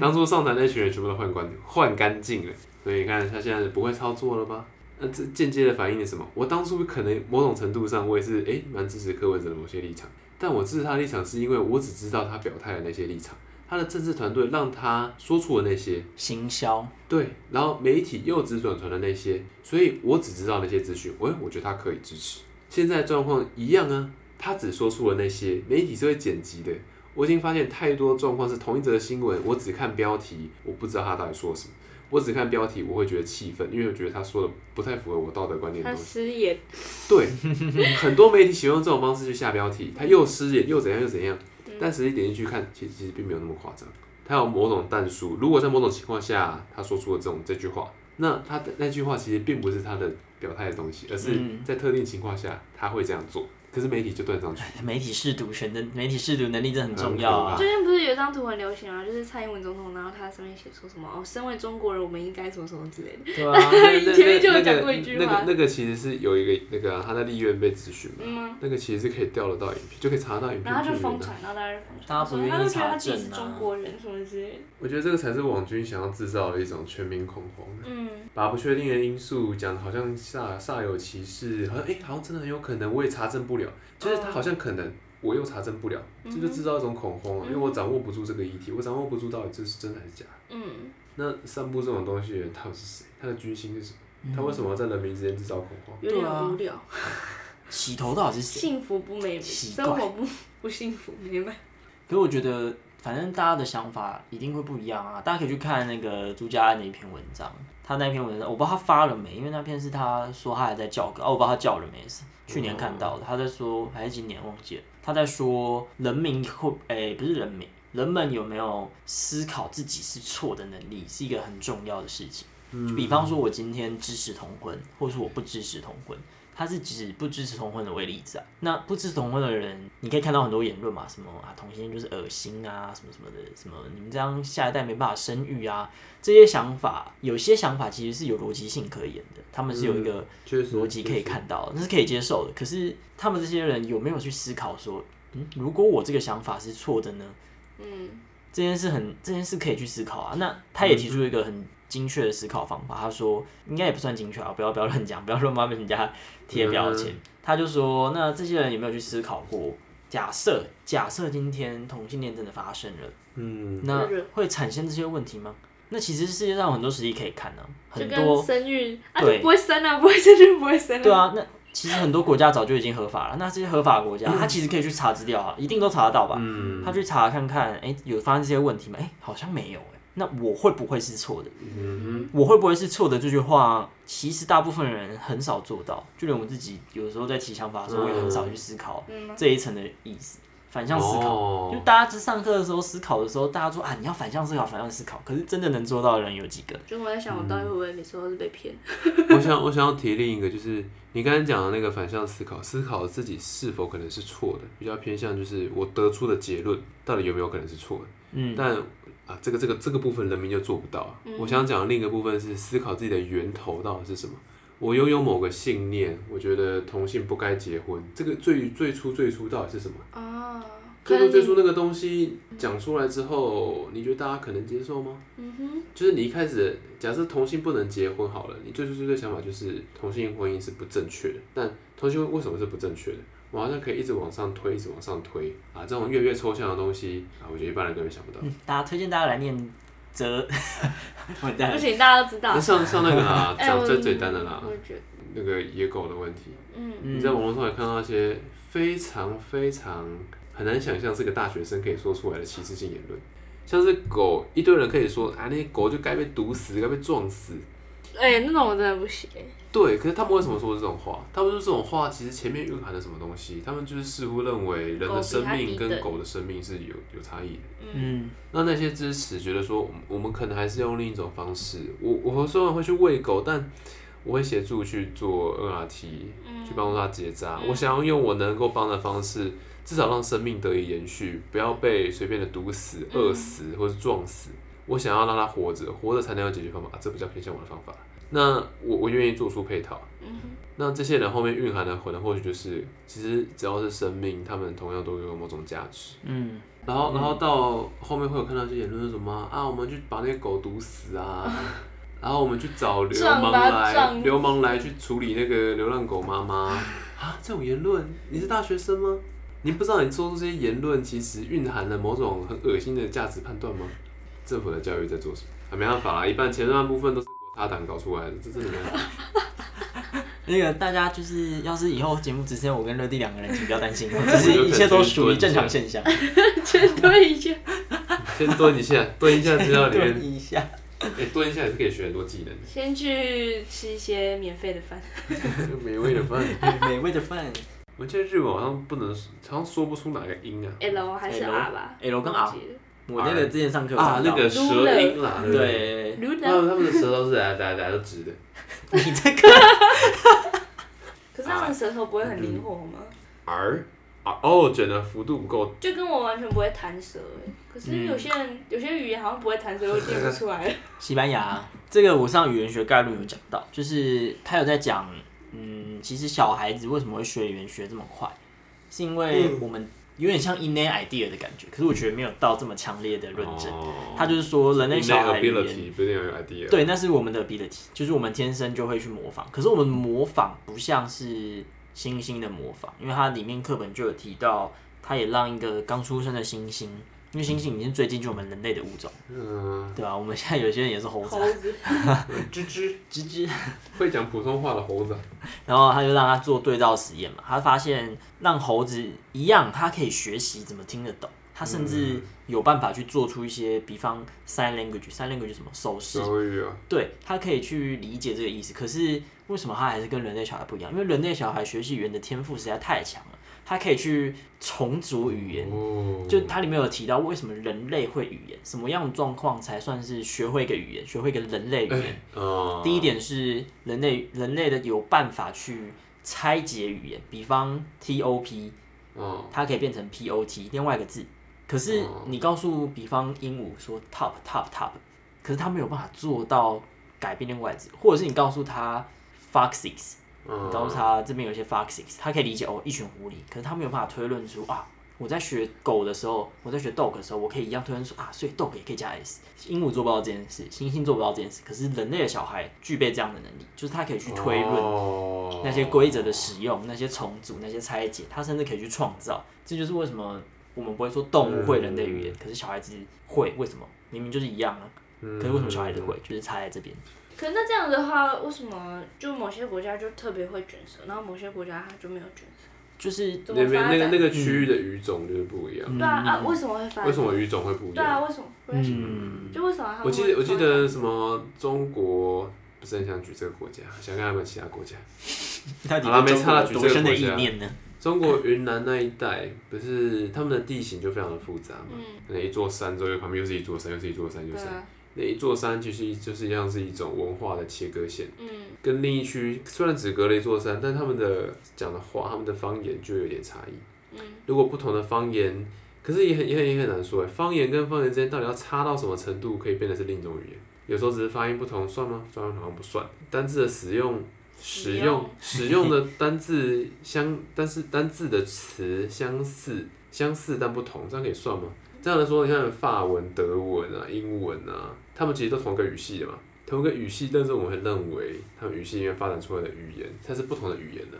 S1: 当初上台那群人全部都换干换干净了，所以你看他现在不会操作了吧？那这间接的反映了什么？我当初可能某种程度上我也是诶蛮、支持柯文哲的某些立场，但我支持他的立场是因为我只知道他表态的那些立场，他的政治团队让他说出了那些，
S3: 行销，
S1: 对，然后媒体又只转传了那些，所以我只知道那些资讯，我我觉得他可以支持。现在状况一样啊，他只说出了那些，媒体是会剪辑的。我已经发现太多状况是同一则新闻，我只看标题，我不知道他到底说什么，我只看标题，我会觉得气愤，因为我觉得他说的不太符合我道德观念的
S2: 他
S1: 东西。
S2: 失言，
S1: 对，很多媒体喜欢用这种方式去下 标题，他又失言又怎样又怎样，但实际点进去看，其实其实并没有那么夸张。他有某种淡疏，如果在某种情况下他说出了这种这句话，那他的那句话其实并不是他的表态的东西，而是
S3: 嗯
S1: 在特定情况下他会这样做。可是媒体就 断章取义，
S3: 媒体试读权的媒体试读能力真的很重
S1: 很
S3: 要
S1: 可怕
S3: 啊。
S2: 最近不是有一张图很流行啊，就是蔡英文总统，然后他上面写说什么哦，身为中国人，我们应该什么什么之类的。
S3: 对啊，
S1: 那那
S2: 以前就有
S1: 那
S2: 讲
S1: 那
S2: 过
S1: 个
S2: 一句
S1: 那
S2: 话
S1: 个那个其实是有一个那个啊、他在立院被咨询嘛，
S2: 嗯啊
S1: 那个其实是可以调得到影片，就可以查得到影片
S2: 然后他就
S1: 片源啊
S2: 疯
S1: 的。
S2: 传，然后大家就疯传，
S3: 大家不愿意
S2: 他就觉得他
S3: 查
S2: 自己
S3: 证
S2: 是
S3: 啊
S2: 中国人什么之类的。
S1: 我觉得这个才是网军想要制造的一种全民恐慌。
S2: 嗯，
S1: 把不确定的因素讲得好像煞煞有其事，好像哎、好像真的很有可能，我也查证不了，就是他好像可能，我又查证不了，
S2: 嗯
S1: 这就制造一种恐慌啊，因为我掌握不住这个议题，我掌握不住到底这是真的还是假的。
S2: 嗯，
S1: 那散布这种东西的人到底是谁？他的居心是什么？他为什么要在人民之间制造恐慌？
S2: 有
S3: 啊
S2: 点无聊，
S3: 洗头到底是谁？
S2: 幸福不美满，
S3: 奇
S2: 生
S3: 怪
S2: 活不不幸福美满。
S3: 可是我觉得，反正大家的想法一定会不一样啊。大家可以去看那个朱家安的一篇文章，他那篇文章我不知道他发了没，因为那篇是他说他还在校稿，哦，我不知道他校了没，是去年看到的。他在说还是今年忘记了，他在说人民会，诶、不是人民，人们有没有思考自己是错的能力，是一个很重要的事情。比方说，我今天支持同婚，或是我不支持同婚，他是指不支持同婚的为例子啊。那不支持同婚的人，你可以看到很多言论嘛，什么啊同性恋就是恶心啊，什么什么的，什么你们这样下一代没办法生育啊，这些想法，有些想法其实是有逻辑性可言的，他嗯们是有一个
S1: 嗯确实
S3: 逻辑可以看到的，那是可以接受的。可是他们这些人有没有去思考说，嗯，如果我这个想法是错的呢？
S2: 嗯，
S3: 这件事很，这件事可以去思考啊。那他也提出一个很精确的思考方法，他说应该也不算精确啊，不要不要乱讲，不要乱帮人家贴标签。他就说，那这些人有没有去思考过？假设假设今天同性恋真的发生了，
S1: 嗯，
S3: 那
S2: 是
S3: 会产生这些问题吗？那其实世界上有很多实例可以看呢、啊，
S2: 就
S3: 很多
S2: 跟生育啊，
S3: 对
S2: 就不会生啊，不会生就不会生
S3: 对
S2: 啊。
S3: 啊，那其实很多国家早就已经合法了。那这些合法的国家，他其实可以去查资料啊，一定都查得到吧？
S1: 嗯
S3: 他去查看看，哎、有发生这些问题吗？哎、好像没有、诶那我会不会是错的？
S1: 嗯
S3: 我会不会是错的？这句话，其实大部分人很少做到，就连我自己有时候在提想法的时候，我也很少去思考
S2: 嗯
S3: 这一层的意思，反向思考。
S1: 考
S3: 就大家在上课的时候思考的时候，大家说啊，你要反向思考，反向思考。可是真的能做到的人有几个？
S2: 就我在想，我到底会不会每次都是被骗？
S1: 我想我想要提另一个，就是你刚才讲的那个反向思考，思考自己是否可能是错的，比较偏向就是我得出的结论到底有没有可能是错的。
S3: 嗯，
S1: 但啊，这个这个这个部分人民就做不到啊、我想讲的另一个部分是思考自己的源头到底是什么。我拥有某个信
S3: 嗯
S1: 念，我觉得同性不该结婚，这个最最初最初到底是什么？
S2: 啊，可
S1: 最
S2: 能
S1: 后
S2: 你
S1: 最初那个东西讲出来之后，你觉得大家可能接受吗？
S2: 嗯哼，
S1: 就是你一开始假设同性不能结婚好了，你最初最初的想法就是同性婚姻是不正确的。但同性婚为什么是不正确的？我好像可以一直往上推，一直往上推啊！这种越来越抽象的东西啊，我觉得一般人根本想不到。
S3: 嗯，大家推荐大家来念哲， 完蛋
S2: 不
S3: 了，
S2: 行，大家都知道
S1: 那。上上那个啦，
S2: 哎
S1: 讲
S2: 我
S1: 最简单的啦，
S2: 我觉得，
S1: 那个野狗的问题，
S2: 嗯，
S1: 你在网络上也看到一些非常非常很难想象是个大学生可以说出来的歧视性言论，像是狗，一堆人可以说啊，那些狗就该被毒死，该被撞死。
S2: 哎、那种我真的不行。
S1: 对，可是他们为什么说这种话？他们说这种话其实前面蕴含了什么东西？他们就是似乎认为人的生命
S2: 狗比它低
S1: 跟
S2: 等
S1: 狗的生命是有有差异的。
S3: 嗯
S1: 那那些支持觉得说，我们我们可能还是用另一种方式。我我虽然会去喂狗，但我会协助去做 NRT，
S2: 嗯
S1: 去 帮助它结扎。
S2: 嗯
S1: 我想要用我能够帮的方式，至少让生命得以延续，不要被随便的毒死、
S2: 嗯
S1: 饿死或是撞死。我想要让它活着，活着才能有解决方法，啊这比较偏向我的方法。那我我愿意做出配套。
S2: 嗯哼，
S1: 那这些人后面蕴含的可能或许就是，其实只要是生命，他们同样都有某种价值。
S3: 嗯，
S1: 然后，然后到后面会有看到一些言论是什么啊，我们去把那个狗毒死啊，然后我们去找流氓
S2: 撞吧
S1: 来，
S2: 撞
S1: 流氓来去处理那个流浪狗妈妈啊，这种言论，你是大学生吗？你不知道你做出这些言论，其实蕴含了某种很恶心的价值判断吗？政府的教育在做什么？啊，没办法啦，一半前半部分都是国他党搞出来的，这真的没办法。
S3: 那个大家就是，要是以后节目只剩我跟乐蒂两个人，请不要担心，只是一切都属于正常现象。
S2: 全对一下。
S1: 先蹲一下，蹲一下资料里面
S3: 对，一下，
S1: 哎、蹲一下也是可以学很多技能的。
S2: 先去吃一些免费的饭。
S1: 美味的饭，
S3: 美味的饭。
S1: 我记得日本好像不能，好像说不出哪个音啊。
S2: L 还是
S3: L
S2: R 吧
S3: L 跟 R
S2: 忘记了
S3: 我那个之前上课有
S1: 啊，
S3: 上到
S1: 那个舌音啦，对不对。
S3: 对，
S1: 嗯他
S2: Luna，
S1: 们他们的舌头是来来来都直的，
S3: 你这个
S2: 可是他们舌头不会
S1: 嗯
S2: 很灵活吗？
S1: 而而哦卷的幅度不够，
S2: 就跟我完全不会弹舌欸可是
S1: 嗯
S2: 有些人、有些语言好像不会弹舌，我听不出 来。
S3: 西班牙，这个我上语言学概论有讲到，就是他有在讲，嗯，其实小孩子为什么会学语言学这么快，是因为我们有点像 innate idea 的感觉，可是我觉得没有到这么强烈的论证。
S1: 哦
S3: 他就是说，人类小孩语言
S1: ability 不一定要有 idea。
S3: 对，那是我们的 ability，就是我们天生就会去模仿。可是我们模仿不像是猩猩的模仿，因为它里面课本就有提到，它也让一个刚出生的猩猩，因为猩猩已经最接近我们人类的物种，
S1: 嗯，
S3: 对吧、啊我们现在有些人也是猴子啊，
S2: 猴子，
S1: 吱吱
S3: 吱吱。
S1: 会讲普通话的猴子，
S3: 然后他就让他做对照实验嘛，他发现让猴子一样，它可以学习怎么听得懂，它甚至有办法去做出一些，比方 sign language，sign language 是什么手势，
S1: 手语啊，
S3: 对他可以去理解这个意思。可是为什么他还是跟人类小孩不一样？因为人类小孩学习语言的天赋实在太强了，他可以去重组语言。
S1: 哦，
S3: 就它里面有提到为什么人类会语言，什么样的状况才算是学会一个语言，学会一个人类语言。
S1: 啊，
S3: 第一点是人类人类的有办法去拆解语言，比方 T O P，
S1: 哦，
S3: 它可以变成 P O T 另外一个字。可是
S1: 哦
S3: 你告诉比方鹦鹉说 top top top，可是它没有办法做到改变另外一个字，或者是你告诉它 foxes，你告诉
S1: 嗯，
S3: 它这边有一些 foxes，它可以理解哦一群狐狸，可是它没有办法推论出啊。我在学狗的时候，我在学 dog 的时候，我可以一样推论出啊，所以 dog 也可以加 s。鹦鹉做不到这件事，猩猩做不到这件事，可是人类的小孩具备这样的能力，就是他可以去推论
S1: 论
S3: 那些规则的使用、那些重组、那些拆解，他甚至可以去创造。这就是为什么我们不会说动物会人类语言，
S1: 嗯
S3: 可是小孩子会，为什么？明明就是一样啊，
S1: 嗯
S3: 可是为什么小孩子会？就是差在这边。
S2: 可是那这样的话，为什么就某些国家就特别会卷舌，然后某些国家它就没有卷舌？
S3: 就是
S2: 怎
S1: 那
S2: 么
S1: 边
S2: 发
S1: 那个
S2: 展？
S1: 那个区域的语种就是不一样，
S2: 对啊啊，为什么会发展？
S1: 嗯为什么语种会不一
S2: 对
S1: 样？
S2: 啊，为什么？为什么？
S3: 嗯，
S2: 就为什么他们
S1: 我记
S2: 会
S1: 得我记得什么中国不是很想举这个国家，想看他们其他国家。
S3: 到底
S1: 好啦
S3: 对
S1: 没
S3: 中
S1: 差啦
S3: 国
S1: 举
S3: 多
S1: 这个
S3: 深的
S1: 国
S3: 意
S1: 家
S3: 念呢？
S1: 中国云南那一带不是他们的地形就非常的复杂嘛，
S2: 嗯，
S1: 那一座山之后又旁边又是一座山，又是一座山，又
S2: 对
S1: 是山
S2: 啊，
S1: 那一座山其实就是像是一种文化的切割线，
S2: 嗯
S1: 跟另一区虽然只隔了一座山，但他们的讲的话、他们的方言就有点差异。
S2: 嗯，
S1: 如果不同的方言，可是也很也很也很难说哎，方言跟方言之间到底要差到什么程度，可以变得是另一种语言？有时候只是发音不同算吗？算好像不算。单字的使用使用使用的单字相， 但是单字的词相似，相似但不同，这样可以算吗？这样来说，你看法文、德文啊、英文啊，他们其实都同一个语系的嘛，同一个语系，但是我们会认为他们语系里面发展出来的语言，它是不同的语言的，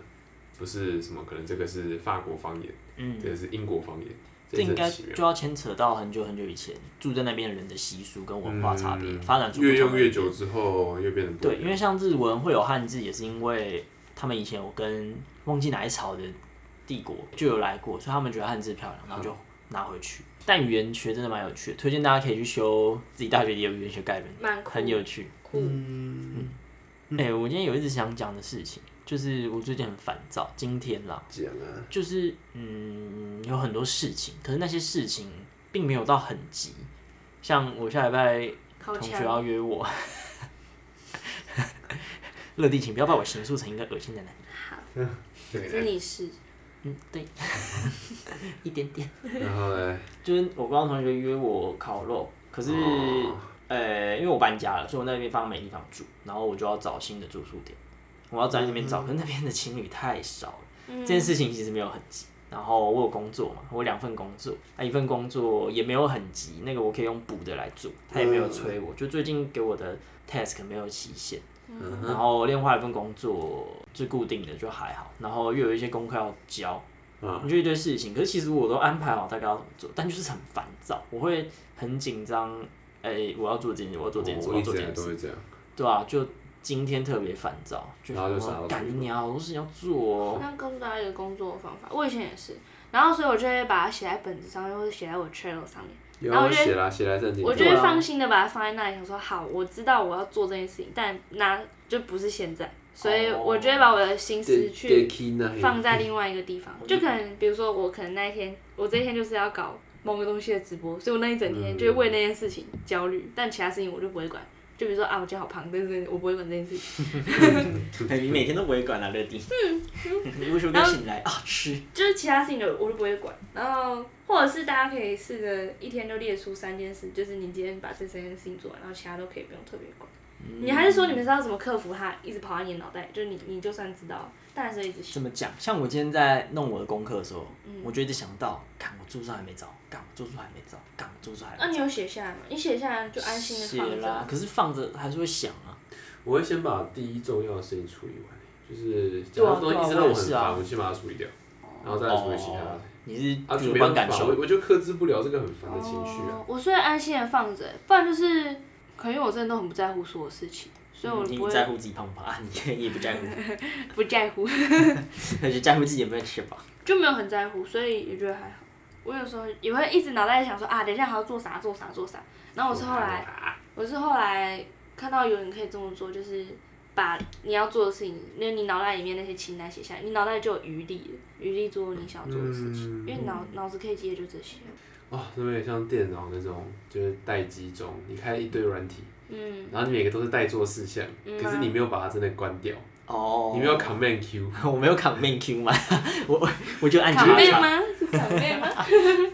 S1: 不是什么可能这个是法国方言，
S3: 嗯，
S1: 这个是英国方言，
S3: 这应
S1: 真的
S3: 该
S1: 很奇妙。
S3: 就要牵扯到很久很久以前住在那边的人的习俗跟文化差别，
S1: 嗯
S3: 发展出
S1: 越
S3: 不同
S1: 用
S3: 的
S1: 越久之后，越变得不
S3: 对，
S1: 一
S3: 因
S1: 样
S3: 为像日文会有汉字，也是因为他们以前有跟忘记哪一朝的帝国就有来过，所以他们觉得汉字漂亮，然后就拿回去。但语言学真的蛮有趣的，推荐大家可以去修自己大学里的语言学概论，
S2: 蛮酷
S3: 很有趣。
S2: 酷。
S1: 嗯，
S3: 哎、我今天有一直想讲的事情，就是我最近很烦躁，今天啦，
S1: 讲 啊，
S3: 就是嗯，有很多事情，可是那些事情并没有到很急。像我下礼拜
S2: 好
S3: 同学
S2: 强
S3: 要约我， 乐蒂，请不要把我形塑成一个恶心的男人。
S2: 是你是
S3: 嗯，对， 一点点。
S1: 然后嘞，
S3: 就是我高中同学约我烤肉，可是、
S1: 哦
S3: 呃，因为我搬家了，所以我那边方没地方住，然后我就要找新的住宿点。我要在那边找，可是那边的情侣太少了。
S2: 嗯
S3: 这件事情其实没有很急。然后我有工作嘛，我有两份工作，那一份工作也没有很急，那个我可以用补的来做，他也没有催我，就最近给我的 task 没有期限。
S1: 嗯
S3: 然后另外一份工作是固定的，就还好。然后又有一些功课要交，
S1: 啊，
S3: 你就一堆事情，可是其实我都安排好大概要怎么做，但就是很烦躁，我会很紧张。哎、我要做这件事，我要做这件事，我
S1: 我
S3: 要
S1: 一
S3: 做
S1: 直
S3: 这
S1: 以
S3: 件事。
S1: 来都会这样。
S3: 对啊，就今天特别烦躁，就
S1: 然后就
S3: 想
S1: 啥
S3: 说
S1: 都
S3: 干
S1: 做
S3: 你
S1: 不
S3: 娘，好多事情要 做、哦。
S2: 那跟大家一个工作的方法，我以前也是，然后所以我就会把它写在本子上面，或者写在我 Trello 上面，
S1: 有
S2: 然后
S1: 啊
S2: 我觉得
S1: 写啦写来正经，
S2: 我就
S3: 对
S2: 会
S3: 啊
S2: 放心的把它放在那里，想说好，我知道我要做这件事情，但那就不是现在，所以
S3: 哦
S2: 我就会把我的心思去放在另外一个地方，就可能比如说我可能那一天，我这一天就是要搞某个东西的直播，所以我那一整天就会为那件事情焦虑，但其他事情我就不会管。就比如说啊，我今天好胖，但是我不会管这件事情，
S3: 你每天都不会管啊，乐迪。你为什么刚醒来啊？吃。
S2: 就是其他事情就我就不会管。然
S3: 哦
S2: 后或者是大家可以试着一天就列出三件事，就是你今天把这三件事情做完，然后其他都可以不用特别管。你还是说你们知道怎么克服它一直跑在你的脑袋，就是你你就算知道，但还是会一直想。
S3: 怎么讲？像我今天在弄我的功课的时候，我就一直想到，看我住宿还没找，干我住宿还没找，干我住宿还没
S2: 那、啊你有写下来吗？你写下来就安心的
S3: 写
S2: 放着啊
S3: 啦。。可是放着还是会想啊。
S1: 我会先把第一重要的事情处理完，就是假
S3: 对啊
S1: 如东西
S3: 对啊
S1: 一直让我
S3: 我也
S1: 很
S3: 是啊
S1: 烦，我先把它处理掉，然后再来处理其他的。
S3: 哦你是
S1: 啊，就
S3: 主
S1: 没
S3: 观
S1: 办
S3: 感
S1: 法，我
S3: 受，
S1: 我就克制不了这个很烦的情绪啊。
S2: 哦我虽然安心的放着，不然就是可能因为我真的都很不在乎所有事情，所以我
S3: 嗯
S2: 不
S3: 你不
S2: 会、
S3: 在乎自己胖不胖啊， 你你也不 在乎，
S2: 不在乎，
S3: 那就在乎自己有没有吃饱。
S2: 就没有很在乎，所以也觉得还好。我有时候也会一直脑袋里想说啊，等一下还要做啥做啥做啥。然
S3: 哦
S2: 后我是后来，我是后来看到有人可以这么做，就是把你要做的事情，那你脑袋里面那些清单写下来，你脑袋就有余力了，余力做你想做的事情，因为脑脑子可以接的就这些。
S1: 啊，那么也像电脑那种，就是待机中，你开一堆软体，
S2: 嗯，
S1: 然后你每个都是待做事项，
S2: 嗯啊
S1: 可是你没有把它真的关掉，
S3: 哦
S1: 你没有 Command Q，
S3: 我没有 Command Q 嘛， 我我我就按
S2: 卡
S3: 键
S2: 妹
S3: 按。
S2: 吗？是卡妹吗？
S1: 吗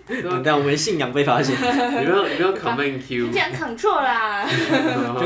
S3: 嗯啊但我们信仰被发现。
S1: 你没有你没有 Command
S2: 你
S1: Q，
S2: 讲 control 啦。
S3: 全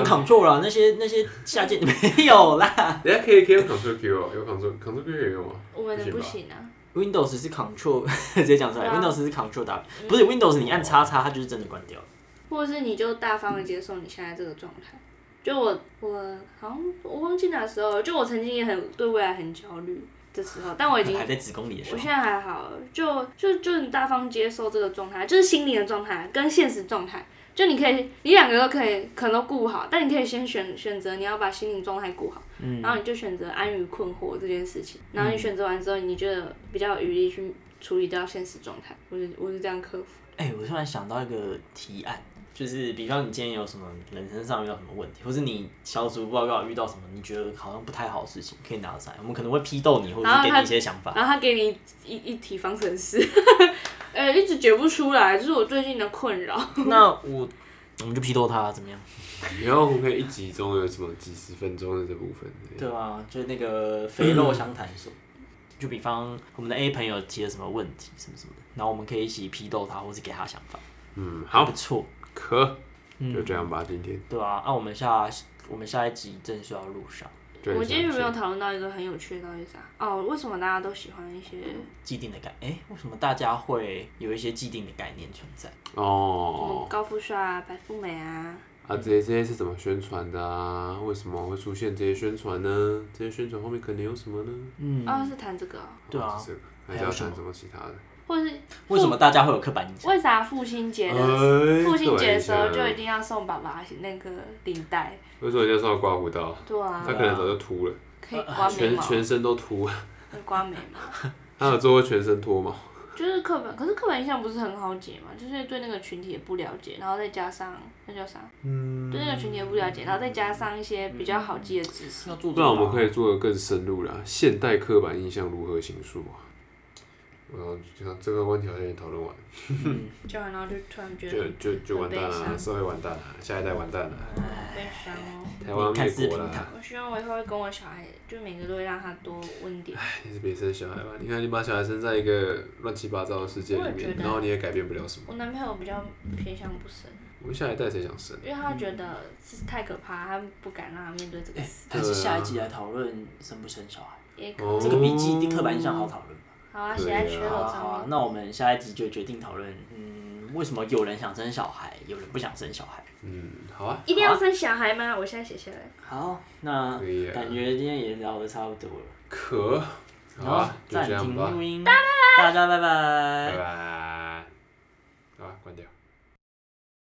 S3: Ctrl 啦，啊那些那些下键没有啦。
S1: 人家可以可以用 Control Q 哦，有 Control Control Q 有用吗？
S2: 我们的
S1: 不
S2: 不
S1: 行
S2: 行啊，
S3: Windows 是 Ctrl 直接讲出来
S2: 对啊嗯
S3: ，Windows 是 Ctrl W，不是 Windows 你按叉叉它就是真的关掉了。
S2: 或者是你就大方的接受你现在这个状态。就我我好像我忘记哪时候了，就我曾经也很对未来很焦虑的时候，但我已经
S3: 还在子宫里的时
S2: 我
S3: 候
S2: 现，在还好，就就就很大方接受这个状态，就是心理的状态跟现实状态。就你可以，你两个都可以，可能都顾好，但你可以先选选择你要把心理状态顾好，
S3: 嗯
S2: 然后你就选择安于困惑这件事情，然后你选择完之后，你觉得比较有余力去处理掉现实状态。我是我是这样克服。
S3: 哎、我突然想到一个提案，就是比方你今天有什么人生上遇到什么问题，或是你小组报告遇到什么你觉得好像不太好的事情，可以拿出来，我们可能会批斗你，或者
S2: 然
S3: 是
S2: 后
S3: 给
S2: 他
S3: 你一些想 法。
S2: 然后他给你一一题方程 式，呃、一直解不出来，这是我最近的困扰。
S3: 那我我们就批斗他啊怎么样？
S1: 然后我们可以一集中有什么几十分钟的这部分，
S3: 对啊，就是那个肥肉相谈所。就比方我们的 A 朋友提了什么问题，什么什么的，然后我们可以一起批斗他，或是给他想法，
S1: 嗯，
S3: 还
S1: 好
S3: 不，错，
S1: 可
S3: 嗯
S1: 就这样吧，今天
S3: 对啊，那、我们下我们下一集正式要录上，
S1: 就
S2: 我
S1: 很
S2: 们今天
S1: 想
S2: 有没有
S1: 去。
S2: 讨论到一个很有趣的东西是啥？哦，为什么大家都喜欢一些？
S3: 既定的概，哎、为什么大家会有一些既定的概念存在？
S2: 嗯
S1: 哦，
S2: 高富帅啊，白富美啊，
S1: 啊，这些这些是怎么宣传的啊？为什么会出现这些宣传呢？这些宣传后面可能有什么呢？
S3: 嗯，
S2: 哦，是谈这个、哦，
S3: 对啊
S1: 哦是这个还
S3: 还
S1: 是
S3: 有
S1: 要
S3: 什
S1: 谈
S3: 么
S1: 什么其他的？
S2: 或者是
S3: 为什么大家会有刻板印象？
S2: 为啥父亲节的
S1: 哎
S2: 父亲节
S1: 对
S2: 的时候就
S1: 呀
S2: 一定要送爸爸那个领带？
S1: 为什么人家说要刮胡刀？
S2: 对啊
S1: 他，可能早就秃了，
S2: 可以刮眉
S1: 全
S2: 毛，
S1: 全身都秃了。
S2: 可以刮眉毛，
S1: 他有做过全身脱毛？
S2: 就是刻板，可是刻板印象不是很好解嘛，就是对那个群体也不了解，然后再加上那叫啥，
S1: 嗯，
S2: 对那个群体也不了解，然后再加上一些比较好记的知识，
S3: 要做
S1: 不然我们可以做的更深入啦。现代刻板印象如何形塑啊？嗯，就像这个问题好像也讨论完，
S2: 教完然后就突然觉得
S1: 就就就完
S2: 很
S1: 蛋
S2: 悲
S1: 了，
S2: 伤
S1: 社会完蛋了，下一代完蛋了，
S2: 很哎悲伤哦。
S1: 台湾
S3: 看
S1: 灭
S3: 视
S1: 国
S3: 频
S1: 了。
S3: 堂，
S2: 我希望我以后会跟我小孩，就每个都会让他多问点。
S1: 哎你是别生小孩吧？你看你把小孩生在一个乱七八糟的世界
S2: 我
S1: 里
S2: 也觉
S1: 面，
S2: 得
S1: 然后你也改变不了什么。
S2: 我男朋友比较偏向不生，
S1: 我们下一代谁想生？
S2: 因为他觉得是太可怕，他不敢让他面对这个事。
S3: 还是下一集
S1: 呃
S3: 来讨论生不生小孩，
S2: 也可
S1: 哦
S3: 哎这个比既定刻板印象好讨论吧。
S2: 好啊，写在缺
S1: 对
S2: 口
S3: 好
S2: 上
S3: 好，
S2: 面。
S3: 那我们下一集就决定讨论，嗯，为什么有人想生小孩，有人不想生小孩。
S1: 嗯，好啊，
S2: 一定要生小孩吗？我现在写下来。
S3: 好，那
S1: 可以啊
S3: 感觉今天也聊的差不多了，
S1: 可好
S3: 好
S1: 啊，就
S3: 暂
S1: 这样
S3: 停
S1: 吧
S3: 录，音，大家拜拜
S1: 拜拜，好啊，关掉。